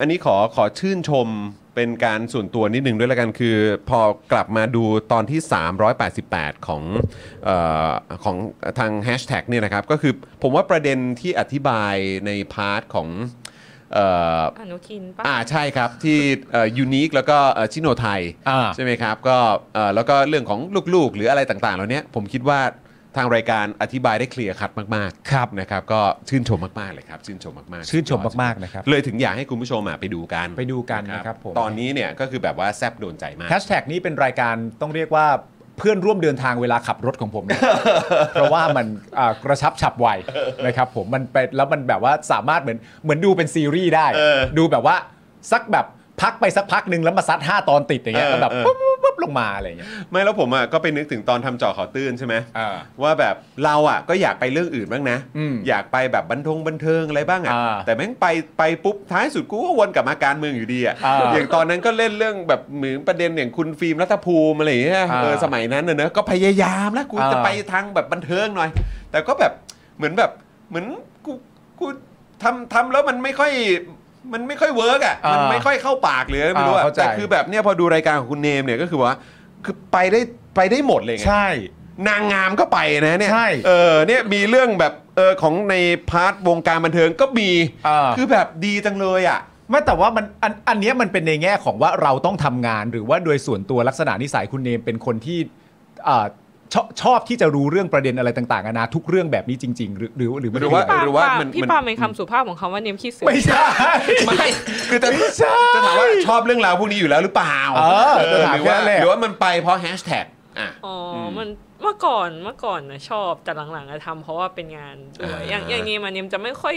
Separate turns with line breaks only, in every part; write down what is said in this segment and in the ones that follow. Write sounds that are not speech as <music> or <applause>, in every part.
อันนี้ขอขอชื่นชมเป็นการส่วนตัวนิดนึงด้วยละกันคือ พอกลับมาดูตอนที่ 388 ของเออของทางแฮชแท็กเนี่ยนะครับ ก็คือผมว่าประเด็นที่อธิบายในพาร์ทของเอ่อ
อนุทินปะ
อ่าใช่ครับที่ยูนิคแล้วก็เอ่อชิโนไทย
อ่า
ใช่ไหมครับก็เอ่อแล้วก็เรื่องของลูกๆ หรืออะไรต่างๆเหล่านี้ผมคิดว่าทางรายการอธิบายได้เคลียร์คัดมากๆ
ครับ
นะครับ ก็ชื่นชมมากๆเลยครับ ชื่นชมมากๆ
ชื่นชม
สุดยอด
มาก ๆ นะครับ
เลยถึงอยากให้คุณผู้ชมอ่ะไปดูกัน
ไปดูกันนะครับผม
ตอนนี้เนี่ยก็คือแบบว่าแซบโดนใจมาก
แฮชแท็กนี้เป็นรายการต้องเรียกว่าเพื่อนร่วมเดินทางเวลาขับรถของผม
<laughs>
นะ เพราะว่ามันอ่ากระชับฉับไวนะครับผมมันเป็นแล้วมันแบบว่าสามารถเหมือนเหมือนดูเป็นซีรีส์ได้ ดูแบบว่าสักแบบพักไปสักพักหนึ่งแล้วมาซัด 5 ตอนติดอย่างเงี้ย
เออ
แล้วแบบ
เออ
ปุ๊บปุ๊บปุ๊บลงมาอะไรอย่างเงี้ย
ไม่แล้วผมอ่ะก็ไปนึกถึงตอนทำเจอข่าวตื้นใช่ไหม
อ่า
ว่าแบบเราอ่ะก็อยากไปเรื่องอื่นบ้างนะ
อืม
ยากไปแบบบันทงบันเทิงอะไรบ้างอ่ะ
อ่า
แต่แม่งไปไปปุ๊บท้ายสุดกูก็วนกลับมาการเมืองอยู่ดีอ่ะ
อ่า
อย่างตอนนั้นก็เล่นเรื่องแบบเหมือนประเด็นอย่างคุณฟิล์มรัฐภูมิอะไรอย่างเงี้ย
อ่า
เออสมัยนั้นเนอะเนอะก็พยายามแล้วกูจะ
อ่า
ไปทางแบบบันเทิงหน่อย แต่ก็แบบเหมือนแบบเหมือนกูกูทำทำแล้วมันไม่ค่อยมันไม่ค่อยเวิร์กอ่ะมัน
อ่า
ไม่ค่อยเข้าปากเลยไม่รู้
อ่า
อ่ะ
เข้าใจ
แต่คือแบบเนี้ยพอดูรายการของคุณเนมเนี่ยก็คือว่าคือไปได้ไปได้หมดเลยไง
ใช่
นางงามก็ไปนะเนี่ย
ใช่
เออเนี่ยมีเรื่องแบบเออของในพาร์ทวงการบันเทิงก็มี
อ่า
คือแบบดีจังเลยอ่ะ
ไม่แต่ว่ามันอันอันเนี้ยมันเป็นในแง่ของว่าเราต้องทำงานหรือว่าโดยส่วนตัวลักษณะนิสัยคุณเนมเป็นคนที่อ่าชอบชอบที่จะรู้เรื่องประเด็นอะไรต่างๆนานาทุกเรื่องแบบนี้จริง ๆ หรือหรือหรือไม่
หรือ
ได้
ว่า
เป็นแบ
ห
บนั้น
รือ
ป
มัน
พี่
มัน
ปาเป็นคำสุภาพของคำว่าเนียมขี้เสือ
ไม่ใช่
ไม่คือจะ
ไม่ใช่
จะถามว่าชอบเรื่องราวพวกนี้อยู่แล้วหรือเปล่า
เออ
เออ
จะถาม
หรือว่า
แค่นั้นแหละ
หรือว่ามันไปเพราะแฮชแท็กอ่ะ
อ๋ออ
ม
มันเมื่อก่อนเมื่อก่อนนะชอบแต่หลังๆอะทำเพราะว่าเป็นงานด้วย
อ่า
อย่างอย่างนี้มาเนียมจะไม่ค่อย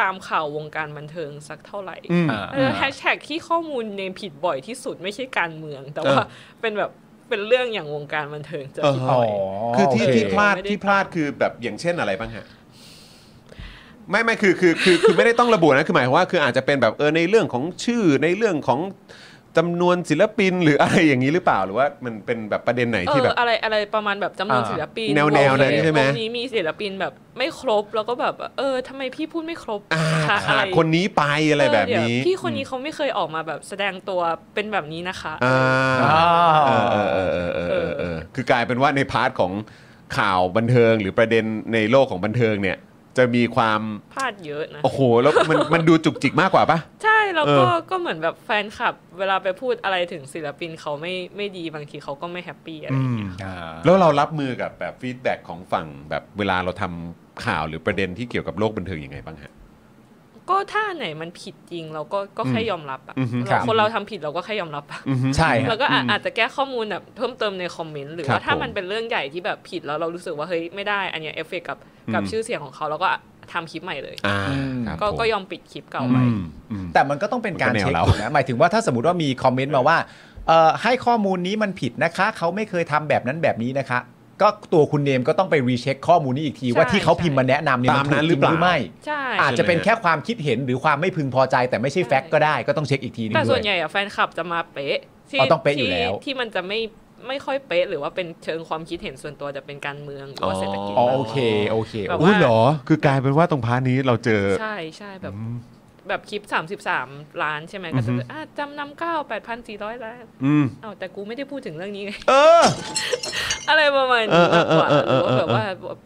ตามข่าววงการบันเทิงสักเท่าไหร่
อืม
อ่า
เออแฮชแท็กที่ข้อมูลเนมผิดบ่อยที่สุดไม่ใช่การเมือง แต่ว่าเป็นแบบเป็นเรื่องอย่างวงการบันเทิงจะผิด
เ
อ๋
บ่
อ
อย
คือที่
โเ
ที่พลาด
ไม่ได้
ที่พลาดคือแบบอย่างเช่นอะไรบ้างฮะไม่ไม่คือคือคือคือไม่ได้ต้องระบุนะคือหมายความว่าคืออาจจะเป็นแบบเออในเรื่องของชื่อในเรื่องของจำนวนศิลปินหรืออะไรอย่างนี้หรือเปล่าหรือว่ามันเป็นแบบประเด็นไหน
เอ
ที่
อ
แบบ
อะไรอะไรประมาณแบบจำนวน
อ่า
ศิลปิน
แนวแนวนั้นใช่ไหม
วงนี้มีศิลปินแบบไม่ครบแล้วก็แบบเออทำไมพี่พูดไม่ครบ
อ่า
ะอะ
ขา
ไร
ดคนนี้ไปอะไรแบบนี้
เออเดี๋ยวพี่คนนี้เขาไม่เคยออกมาแบบแสดงตัวเป็นแบบนี้นะคะ
อ่า
อ่
เอา อเออเออเออเออเออเออคือกลายเป็นว่าในพาร์ทของข่าวบันเทิงหรือประเด็นในโลกของบันเทิงเนี่ย จะมีความ
พลาดเยอะนะ
โอ้โหแล้วมัน <laughs> มันดูจุกจิกมากกว่าปะ
ใช่แล้วก็
เออ
ก็เหมือนแบบแฟนคลับ เวลาไปพูดอะไรถึงศิลปินเขาไม่ไม่ดีบางทีเขาก็ไม่แฮปปี้อะไรอย่างเงี้ย
อ่า
แล้วเรารับมือกับแบบฟีดแบ็กของฝั่งแบบเวลาเราทำข่าวหรือประเด็นที่เกี่ยวกับโลกบันเทิงยังไงบ้างฮะ
ก็ถ้าอันไหนมันผิดจริงเราก็ก็แค่ยอมรับอะ
อือฮึ
ครั
เรา
บ
คนเราทำผิดเราก็แค่ยอมรับอะ
ใช่ฮะ
แล้วก็อาอาจจะแก้ข้อมูลแบบเพิ่มเติมในคอมเมนต์หรือ
ครับ
ว่าถ้า
ผม
มันเป็นเรื่องใหญ่ที่แบบผิดแล้วเรารู้สึกว่าเฮ้ยไม่ได้อันเนี้ยเอฟเฟกต์กับกับ
อืม
ชื่อเสียงของเขาเราก็ทำคลิปใหม่เลย
อ่า
อืม
ครับ
ก็
ผม
ก็ยอมปิดคลิปเก่า
อื
ไป
มอืม
แต่มันก็ต้องเป็นการ
มันก็แนว
เช็ค
เรา
อยู่นะหมายถึงว่าถ้าสมมติว่ามีคอมเมนต์มาว่าเอ่อให้ข้อมูลนี้มันผิดนะคะ เขาไม่เคยทำแบบนั้นแบบนี้นะคะ ก็ตัวคุณเนมก็ต้องไปรีเช็คข้อมูลนี้อีกที
ใช่
ว่าที่เขาพิมพ์
ใช่
มาแนะนำเนี่ย
ตา
มั
ม
นถู
นั้
ก
น
จ
หรือ
ริง
เปล่า
หรือไม่
ใช่
อาจจะเป็นแค่ความคิดเห็นหรือความไม่พึงพอใจ แต่ไม่ใช่แฟกต์ก็ได้ก็ต้องเช็คอีกทีหนึง
แต่
ด้
ส่
ว
วน
ย
ใหญ่อะแฟนคลับจะมาเป๊ะที่
อ๋อต้องเป๊ะอยู่
ที่
แล้ว
ที่มันจะไม่ไม่ค่อยเป๊ะหรือว่าเป็นเชิงความคิดเห็นส่วนตัวจะเป็นการเมืองหรือว่าเศรษฐกิจ
อ๋อโอเคโอเค
แบบ
โอ
อุ้ย
เค
เหรอ คือกลายเป็นว่าตรงพาร์ทนี้เราเจอ
ใช่ใช่แบบแบบคลิป 33 ล้านใช่ไหมก็จะเป็นอ่ะจำนำเก้าแปดพันสี่ร้อยล้าน
อืม
เอาวแต่กูไม่ได้พูดถึงเรื่องนี้ไง
เออ
อะไรประมาณนี้มากกว่า
เออ
ห
เอ
รือ อ
เออเออ
ว่าแบบว่าแบบ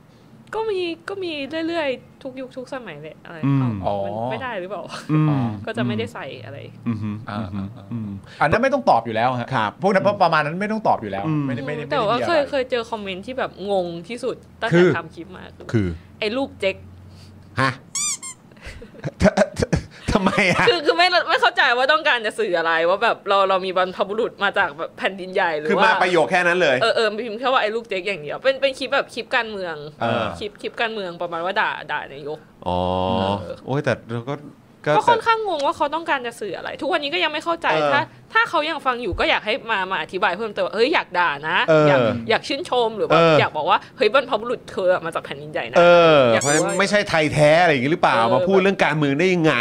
ก็มีก็มีเรื่อยๆ ทุกยุคทุกสมัยเลยอะไร
อืม
เอา
อ๋อ
มันไม่ได้หรือเปล่า
อืม
ก็จะไม่ได้ใส่อะไร
อืม
อ่าอ่าอ่า
อืม
อันนั้นไม่ต้องตอบอยู่แล้วฮะ
ครับ
พวกนั้นประมาณนั้นไม่ต้องตอบอยู่แล้ว
อืม
ไม่ได้ไม่ได้ไม่
แต่
ได้
ว่า
มีอะ
เค
ไร
ยเคยเจอคอมเมนต์ที่แบบงงที่สุดตั้ง
คื
แต่
อ
ทำคลิปมาคือ
คือ
ไอ้รูปเจ๊ก
ฮะทำไมอ่ะ
คือคือไม่ไม่เข้าใจว่าต้องการจะสื่ออะไรว่าแบบเราเรามีบรรพบุรุษมาจากแบบแผ่นดินใหญ่หรือ
คือมา
ว่า
ประโยคแค่นั้นเลย
เออเออพิมพ์แค่ว่าไอ้ลูกเจ๊กอย่างเดียวเป็นเป็นคลิปแบบคลิปการเมือง
เออ
คลิปคลิปการเมืองประมาณว่าด่าด่านายก
อ๋อ โอ้ยแต่เราก็
ก็ค่อนข้างงงว่าเขาต้องการจะสื่ออะไร ทุกวันนี้ก็ยังไม่เข้าใจ
เออ
ถ้า ถ้าเขายังฟังอยู่ก็อยากให้มามาอธิบายเพิ่มเติมว่าเฮ้ยอยากด่านะ
เอออย
ากอยากชื่นชมหรือแบบ
เอออ
อยากบอกว่าเฮ้ยบรรพบุรุษเธออะมาจากแผ่นดินใหญ่นะ
เออ
อยาก
เพ
รู้
ราะฉะนั้น
ว่า
ไม่ใช่ไทยแท้อะไรอย่างนี้หรือเปล่า
เออ
มาพูดเรื่องการเมืองได้ยังไง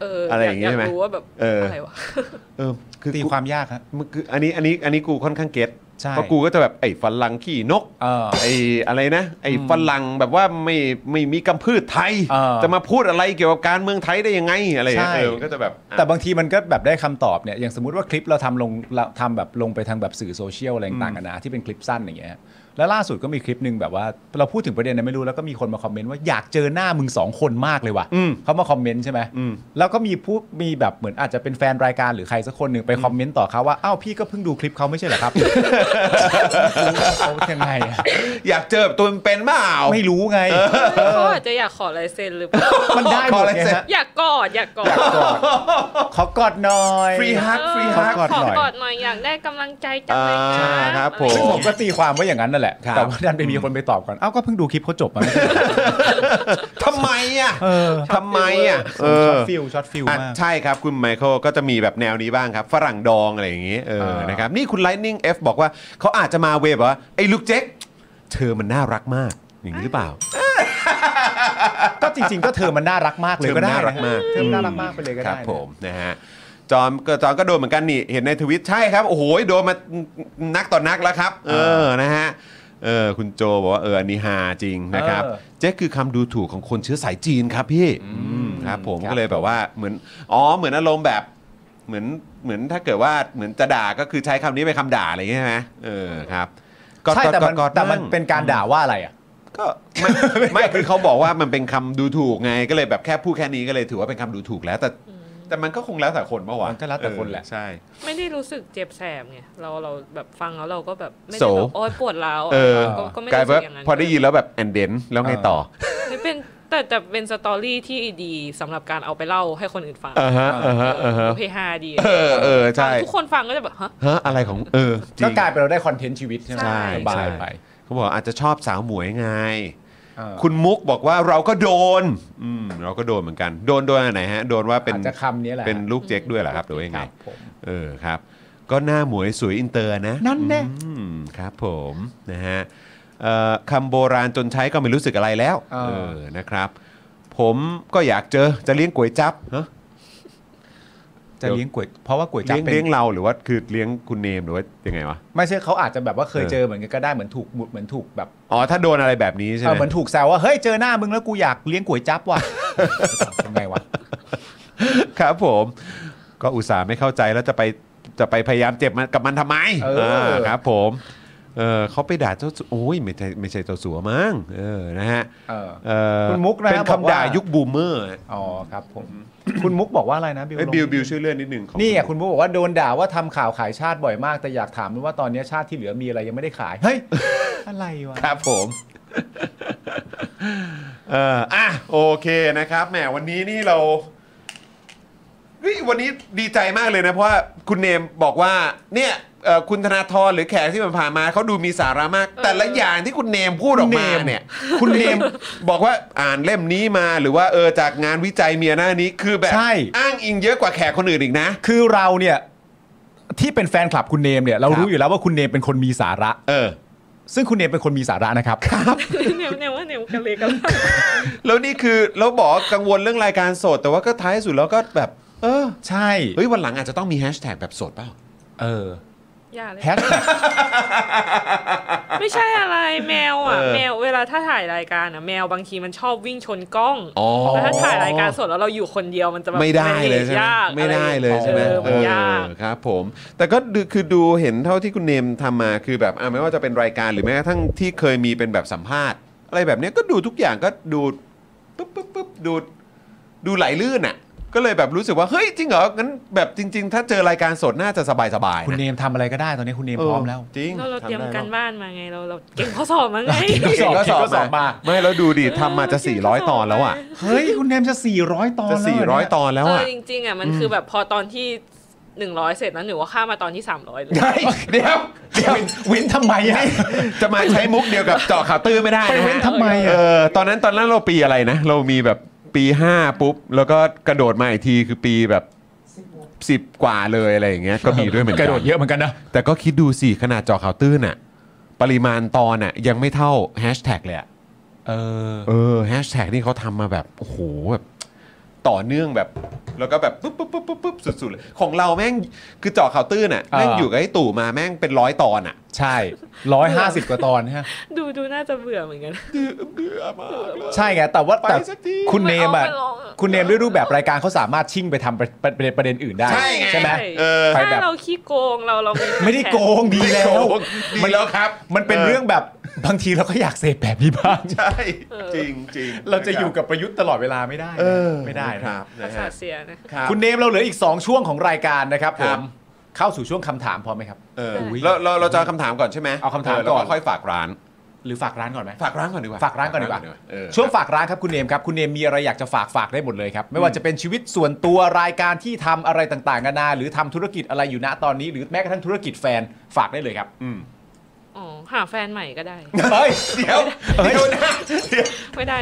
เออ
อะไรอย่างงี้
อ
ใช่ไหม
ยากรู้ว่าแบบ
เอออ
อะไรวะ <laughs>
เออ คือ
ตี
กู
ความยากฮะ
มันคืออันนี้อันนี้อันนี้กูค่อนข้างเก็ต
ใช่
เพราะกูก็จะแบบไอ้ฝรั่งขี้นก
เออ
ไอ้อะไรนะไอ้ฝรั่งแบบว่าไม่ไม่มีกำพืชไทย
เออ
จะมาพูดอะไรเกี่ยวกับการเมืองไทยได้ยังไงอะไรอย่างเงี้ย
ใช่
เออมันก็จะแบบอ่ะ
แต่บางทีมันก็แบบได้คำตอบเนี่ยอย่างสมมติว่าคลิปเราทำลงเราทำแบบลงไปทางแบบสื่อโซเชียลอะไรต่างๆกันานะที่เป็นคลิปสั้นอย่างเงี้ยแล้วล่าสุดก็มีคลิปหนึ่งแบบว่า เราพูดถึงประเด็นนั้นไม่รู้แล้วก็มีคนมาคอมเมนต์ว่าอยากเจอหน้ามึงสองคนมากเลยว่ะ
อืม
เขามาคอมเมนต์ใช่ไหม
อืม
แล้วก็มีผู้มีแบบเหมือนอาจจะเป็นแฟนรายการหรือใครสักคนหนึ่งไปคอมเมนต์ต่อเขาว่าอ้าวพี่ก็เพิ่งดูคลิปเขาไม่ใช่เหรอครับ <laughs> เขายังไงอะ
อยากเจอแบบตัวเป็นๆเปล่า
ไม่รู้ไง
เขาอาจจะอยากขอลายเซ็นหรือเปล่า <laughs>
มันได้หม
ขอ
ดไง
อะไรเสร็จ
ฮะ
อยากกอดอยากกอด
ขอกอดหน่อย
ฟรีฮักฟรีฮัก
ขอกอด
ขอ
หน่อย
กอดหน่อยอยากได้กำลังใจจังเลย
อ่า
นะครับ
ผ
อะ
ซึ่ง
ไอย่างเงี้ย
ผมก็ตีความว่าอย่างนั้นนั่นแหละ
ครับ
แต่ว่าดันไปมีคนไปตอบก่อน เอ้าก็เพิ่งดูคลิปเขาจบมาไม่ใช่เหรอ
ทำไมอ่ะทำไมอ่ะเออ
ช็อตฟิลช็อตฟิล
อ่ะ
มาก
ใช่ครับ คุณไมเคิลก็จะมีแบบแนวนี้บ้างครับ ฝรั่งดองอะไรอย่างงี้เออ
อ่าน
นะครับนี่คุณ Lightning F บอกว่าเขาอาจจะมาเวฟว่า ไอ้ลูกเจ๊กเธอมันน่ารักมาก อย่างนี้หรือเปล่า
ก็จริง ๆ ก็เธอมันน่ารักมากเลยก็
เธอมั
ได้
นน่ารักมาก
เธอมันน่ารักมากไปเลยก็
ค
ได้
รับผมนะฮะจอมก็จอมก็โดนเหมือนกันนี่ เห็นในทวิตใช่ครับ โอ้โหโดนมานักต่อนนักแล้วครับ เออนะฮะเออคุณโจบอกว่าเอออันนี้ฮาจริงนะครับเจ๊กคือคำดูถูกของคนเชื้อสายจีนครับพี่ครับผมก็เลยแบบว่าเหมือนอ๋อเหมือนอารมณ์แบบเหมือนเหมือนถ้าเกิดว่าเหมือนจะด่าก็คือใช้คำนี้เป็นคำด่าอะไรอย่างเงี้ยใช่ไหมเออครับก็
ใช่แต่มัน
ก็ก็
แต่มันเป็นการด่าว่าอะไรอ่ะ
ก็ไม่
<laughs>
ไม่คือเขาบอกว่ามันเป็นคำดูถูกไงก็เลยแบบแค่พูดแค่นี้ก็เลยถือว่าเป็นคำดูถูกแล้วแต่ แต่มันก็คงแล้วแต่คนเมื่อวาน
มันก็แล้วแต่คนแหละ
ใช่
ไม่ได้รู้สึกเจ็บแสบไงเราเราแบบฟังแล้วเราก็แบบไม่
โส
ได้แบบโอ๊ยปวดร้าวอะ
เออ
ก็ก็ไม่
กลาย
รู้
เป็นว่าก
สึอย่างนั้น
พอได้ยินแล้วแบบแอนเดนแล้วไงต่อ
ไม่เป็นแต่แต่เป็นสตอรี่ที่ดีสำหรับการเอาไปเล่าให้คนอื่นฟัง
อ่าฮะอ่าฮะอ่าฮะ
เพฮาดี
เออเออใช่
ทุกคนฟังก็จะแบบฮะ
ฮะอะไรของเออจริ
ก็
ง
กลายเป็นเราได้คอนเทนต์ชีวิตใช่ไหม
ใช่
สบา
ใช่
ยไป
เขาบอกอาจจะชอบสาวหมวยไง
เออ
คุณมุกบอกว่าเราก็โดนอืมเราก็โดนเหมือนกัน โดนโดนอันไหนฮะ โดนว่าเป็น
อาจจะคำนี้แหละ
เป็นลูกเจ๊กด้วยเหรอครับหรือว่ายัง
ค
ไง
รับผม
เออครับ ก็หน้าหมวยสวยอินเตอร์นะ
นั่นแน่
อืมครับผมนะฮะเอ่อคำโบราณจนใช้ก็ไม่รู้สึกอะไรแล้วเออนะครับ ผมก็อยากเจอจะเลี้ยงก๋วยจับฮะ
จะเลี้ยงก๋วยเพราะว่าก๋วยจั๊บ
เลี้ยง
เป็
เลี้ย
น
งเราหรือว่าคือเลี้ยงคุณเนมหรือว่ายังไงวะ
ไม่ใช่เขาอาจจะแบบว่าเคยเจอเหมือนกันก็ได้เหมือนถูกหมุดเหมือนถูกแบบ
อ๋อถ้าโดนอะไรแบบนี้ใช่ไห
เอ
ม
อเหมือนถูกแซวว่าเฮ้ยเจอหน้ามึงแล้วกูอยากเลี้ยงก๋วยจั๊บ <laughs> ว่ะทำไงวะ
ครับผม ก็อุตส่าห์ไม่เข้าใจแล้วจะไปจะไปพยายามเจ็บมันกับมันทำไม
เออ
าครับผมเออเขาไปด่าเจ้าสัวโอ้ยไม่ใช่ไม่ใช่เจ้าสัวมั้งเออนะฮะ
เออ
เออ
คุณมุกนะฮะ
เป็น
บอก
คำ
ว่า
ด่ายุคบูมเมอร์ฮะ
อ๋อครับผม คุณมุกบอกว่าอะไรนะบิว
เอ้ย
ลง
บิวบิวช่วยเลื่อนนิดหนึ่งของ
นี่ไงคุณมุกบอกว่าโดนด่าว่าทำข่าวขายชาติบ่อยมาก แต่อยากถามด้วยว่าตอนนี้ชาติที่เหลือมีอะไรยังไม่ได้ขาย เฮ้ย
<laughs>
อะไรวะ
ครับผม <laughs> เอออ่ะโอเคนะครับแหมวันนี้นี่เราเฮ้ยวันนี้ดีใจมากเลยนะ เพราะว่าคุณเนมบอกว่า เนี่ยเอ่อคุณธนาธรหรือแขกที่ผ่านๆมาเขาดูมีสาระมาก แต่ละอย่างที่คุณเนมพูดออกมาเนี่ย คุณเนม <laughs> บอกว่าอ่านเล่มนี้มาหรือว่าเออจากงานวิจัยเมียหน้านี้คือแบบ
ใช่
อ้างอิงเยอะกว่าแขกคนอื่นอีกนะ
คือเราเนี่ย ที่เป็นแฟนคลับคุณเนมเนี่ยเรา
ครับ
รู้อยู่แล้วว่าคุณเนมเป็นคนมีสาระ
เออ
ซึ่งคุณเนมเป็นคนมีสาระนะครับ
เนี่ยเนี่ยว่าเนี่ยกันเลยกันเลย
แล้วนี่คือเราบอกว่ากังวลเรื่องรายการสด แต่ว่าก็ท้ายสุดแล้วก็แบบ เออ
ใช่
เฮ้ยวันหลังอาจจะต้องมีแฮชแท็กแบบสดเปล่า
เออ
อย่าเลย
แฮชแท็ก
ไม่ใช่อะไรแมวอ่ะ
เออ
แมวเวลาถ้าถ่ายรายการอ่ะแมวบางทีมันชอบวิ่งชนกล้อง
อ๋อ
แล้วถ้าถ่ายรายการสดแล้วเราอยู่คนเดียวมันจะแบบ
ไม่ได้เลยใช่ไหม
ยาก
ไม่ได้เลยใช่ไหม
ออมันยาก
เออครับผม แต่ก็ดูคือดูเห็นเท่าที่คุณเนมทำมาคือแบบอ่ะไม่ว่าจะเป็นรายการหรือแม้กระทั่งที่เคยมีเป็นแบบสัมภาษณ์ อะไรแบบเนี้ยก็ดูทุกอย่างก็ดูปุ๊บปุ๊บปุ๊บดูดูไหลลื่นอ่ะ ก็เลยแบบรู้สึกว่าเฮ้ยจริงเหรองั้นแบบจริง ๆ ถ้าเจอรายการสดน่าจะสบายสบาย
คุณเนมทำอะไรก็ได้ตอนนี้คุณเนมพร้อมแล้ว
จริง
เราเราเตรียม
ทำได้
การ
แล้ว
บ้านมาไงเราเราเก่งข้อสอบมาไง
เก่ง
เก่ง
เก่งข้อสอบมา
ไม่แล้วดูดิทำมาจะ
เก่งข้อสอบ
400 ตอนแล้วอ่ะ
มา
เฮ้ยคุณเนมจะ400 ตอน
จะ
แล้วเหรเนี่ย
400 ตอนแล้ว
เออ
อ่ะ
จริงๆอ่ะมันคือแบบพอตอนที่หนึ่งร้อยเสร็จแล้วหนูว่าข้ามมาตอนที่สามร้อยเลย
เฮ้ยเดี๋ยวเดี๋ยว
วินวินทำไมอะ
จะมาใช้มุกเดียวกับเจาะข่าวตื้อไม่ได้
ไป
นะ
เว้น
ฮะ
ทำไมอะ
เออตอนนั้นตอนนั้นเราปีอะไรนะ เรามีแบบปี 5 ปุ๊บ แล้วก็กระโดดมาอีกทีคือปีแบบ 10 กว่าเลยอะไรอย่างเงี้ยก็มีด้วยเหมือน
ก
กั
ระโดดเยอะเหมือนกันนะ
แต่ก็คิดดูสิ ขนาดเจาะข่าวตื้นอะปริมาณตอนอะยังไม่เท่าแฮชแท็กเลยอะ
เออ
เออแฮชแท็กนี่เขาทำมาแบบ โอ้โหแบบ ต่อเนื่องแบบแล้วก็แบบปุ๊บปุ๊บปุ๊บปุ๊บปุ๊บสุดๆเลยของเราแม่งคือเจาะข่าวตื้นอ่ะแม่ง
อ่า
อยู่กับไอ้ตู่มาแม่งเป็นร้อยตอนอ่ะ
ใช่ร้อยห้าสิบกว่าตอนนะฮ <laughs> ะ
ดูดูน่าจะเบื่อเหมือนกัน
เบื่อเบื่อมากเลย
ใช่ไงแต่ว่าแต่
ไปสักที
คุณเนมอ่ะ
ไาาลง
คุณเนมด้วยรูปแบบรายการเขาสามารถชิ่งไปทำประประประเด็นอื่นได้
ใช่ไง
ไหม
เออ
ไป
ถ้า
แบบ
เราขี้โกงเราเรา
ไม่ได้โกงดีแล้ว
ดีแล้วครับ
มันเป็นเรื่องแบบบางทีเราก็อยากเสพแบบนี้บ้าง
ใช่จริงจริง
<laughs> เราจะอยู่กับประยุทธ์ตลอดเวลาไม่ได้นะ
เออ
ไม่ได้
ค
นะ
รับ
ภา
นะ
ษา
ฮะ
ทเสียนะ
ครับ
คุณเนมเราเหลืออีก 2 ช่วงของรายการนะครับผ
ครั
ม
บ
เข้าสู่ช่วงคำถามพอไหมครับ
เออ
อุ๊ย
เราเราเราจะเอาคำถามก่อนใช่ไหม
เอาคำถามก่อน
แล้วค่อยฝากร้าน
หรือฝากร้านก่อนไหม
ฝากร้านก่อนดีกว่า
ฝากร้านก่อนดีกว่า
เออ
ช่วงฝากร้านครับคุณเนมครับ คุณเนมมีอะไรอยากจะฝากฝากได้หมดเลยครับ ไม่ว่าจะเป็นชีวิตส่วนตัวรายการที่ทำอะไรต่างๆกันานาหรือทำธุรกิจอะไรอยู่ณตอนนี้ หรือแม้กระทั่งธุรกิจแฟนฝากได้เลยครับ
อ๋อ หาแฟนใหม่ก็ได้
เฮ้ย
เดี๋ยวเดี๋ยวนะเดี๋ยว
ไม่ได้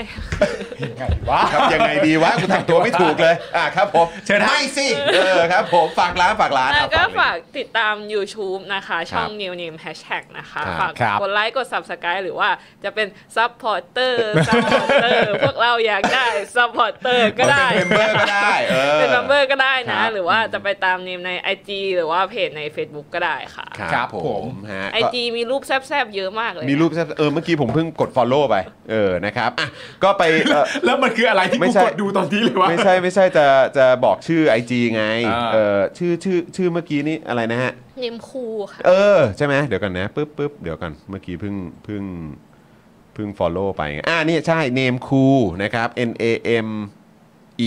ยังไงวะ <laughs>
ครับยังไงดีวะกูทำตัวไม่ถูกเลย อ่ะครับผม
เชิญนะ
ไม่สิ เออครับผมฝากร้านฝากร้าน
แล้วก็
อ่ะร้น
ฝากติดตาม YouTube นะคะ ช่อง
ครับ
New Name Hashtag นะคะ
ครับ
ฝาก
ครับ
กดไลค์กด Subscribe หรือว่าจะเป็น
<laughs>
Supporter Supporter พวกเราอยากได้ Supporter ก็ได้
เป็นเมมเบอร์ก็ได้เออ
เป็น Member ก็ได้นะ
ครับ
หรือว่าจะไปตามเนมใน IG หรือว่าเพจใน Facebook ก็ได้ค่ะ
ครับผมฮะ
IG มีรูปแซบๆ เยอะมากเลย
มีรูปแซ่บเออเมื่อกี้ผมเพิ่งกด follow ไป เออนะครับอ่ะก็ไปเอ่อ
<laughs> แล้วมันคืออะไรที่
ไม่
กู
ใช่
กดดูตอนนี้เลยวะ
ไม่ใช่ไม่ใช่จะจะบอกชื่อ IG ไง
อ่า
เออชื่อชื่อชื่อเมื่อกี้นี่อะไรนะฮะ
เนมคูค่ะ
เออ ใช่ไหมเดี๋ยวกันนะปึ๊บปึ๊บเดี๋ยวกันเมื่อกี้เพิ่งเพิ่งเพิ่ง follow ไปไงอ่านี่ใช่ name cool นะครับ n a m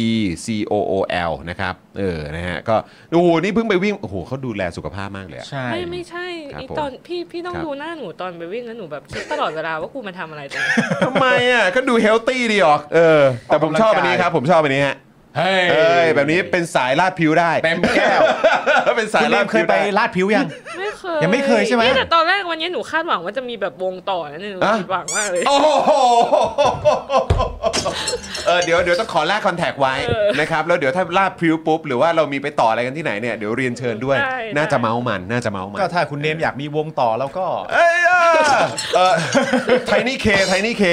e c o o l นะครับ เออนะฮะก็โอ้โหนี่เพิ่งไปวิ่ง โอ้โหเขาดูแลสุขภาพมากเลยอะ
ใช่
ไม่ไม่ใช่
ครับ
อี
ผม
ตอนพี่พี่ต้อง
ครับ
ดูหน้าหนูตอนไปวิ่งแล้วหนูแบบคิดตลอดเวลาว่ากูมาทำอะไรตรงนี้
ทำไมอ่ะก็ดูเฮลตี้ดีออกเออ แต่ผมชอบอันนี้ครับ ผมชอบอันนี้ฮะ
เฮ้ย
เอ้ยแบบนี้เป็นสายลาดผิวได้
เต็มแก้ว
เป็นสาย
คุณเน
ลาด
มเค
ผิ
ยว ไป
ได้
ลาดผิวยัง
ไม่เคย
ยังไม่เคยใช่ไหม
นี่แต่ตอนแรกวันนี้หนูคาดหวังว่าจะมีแบบวงต่อนะเนี่ยหนู
อ่ะ
ผิดหวังมากเลย
โอ้โห <laughs> เออเดี๋ยวเดี๋ยวต้องขอแลกคอนแทคไว้
เออ
นะครับ แล้วเดี๋ยวถ้าลาบพริ้วปุ๊บ หรือว่าเรามีไปต่ออะไรกันที่ไหนเนี่ย เดี๋ยวเรียนเชิญด้วย
ได้
น่าจะ
ได้
เมามัน น่าจะเมามัน
ก็ถ้าคุณเนมอยากมีวงต่อแล้วก็
เอ้ยอ่ะเออ <laughs> ไทนี่เคไทนี่เค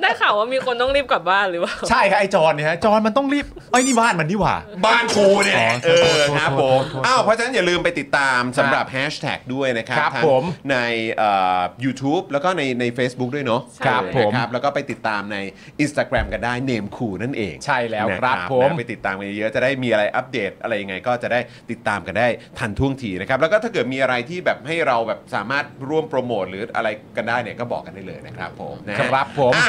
ได้ข่าวว่ามีคนต้องรีบกลับบ้านหรือว่า
ใช่ครับไอ้จอนเนี่ยฮะจอนมันต้องรีบไอ้ยนี่บ้านมันนี่หว่า
บ้านกูเนี่ยแหละ
อ๋
เอ
อ
อ
โทษโทษ
ครับ
โทษ
ผม
โทษโทษ
อ้าวเพราะฉะนั้นอย่าลืมไปติดตามสำหรับแฮชแท็กด้วยนะครับ
ครับ
ทั้ง
ผม
ในเอ่อ YouTube แล้วก็ในใน Facebook ด้วยเนาะ
ครับ
เออ
ผม
นะครับแล้วก็ไปติดตามใน Instagram กันได้ Name คูนั่นเอง
ใช่แล้ว
นะครับ
ผม
นะไปติดตามกันเยอะๆจะได้มีอะไรอัปเดตอะไรยังไงก็จะได้ติดตามกันได้ทันท่วงทีนะครับ แล้วก็ถ้าเกิดมีอะไรที่แบบให้เราแบบสามารถร่วมโปรโมทหรืออะไรกันได้เนี่ยก็บอกกันได้เลยนะครับผมนะฮะ
ครับผม
อ่ะ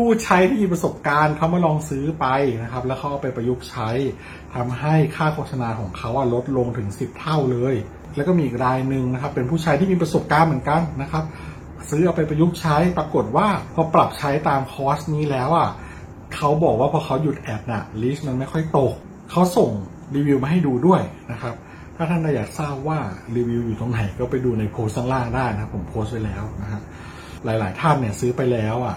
ผู้ใช้ที่มีประสบการณ์เขามาลองซื้อไปนะครับ แล้วเขาเอาไปประยุกต์ใช้ทำให้ค่าโฆษณาของเขาอะลดลงถึง 10 เท่าเลย แล้วก็มีอีกรายหนึ่งนะครับ เป็นผู้ใช้ที่มีประสบการณ์เหมือนกันนะครับ ซื้อเอาไปประยุกต์ใช้ปรากฏว่าพอปรับใช้ตามคอร์สนี้แล้วอ่ะเขาบอกว่าพอเขาหยุดแอดน่ะลิสต์มันไม่ค่อยตกเขาส่งรีวิวมาให้ดูด้วยนะครับ ถ้าท่านอยากทราบว่ารีวิวอยู่ตรงไหนก็ไปดูในโพสต์ข้างล่างได้นะครับผมโพสต์ไว้แล้วนะครับ หลาย ๆ ท่านเนี่ยซื้อไปแล้วอ่ะ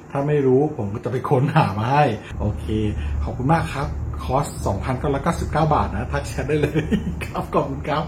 ถ้าไม่รู้ผมก็จะไปค้นหามาให้ โอเค ขอบคุณมากครับ คอร์ส 2,999 บาทนะ ทักแชทได้เลย ครับ ขอบคุณครับ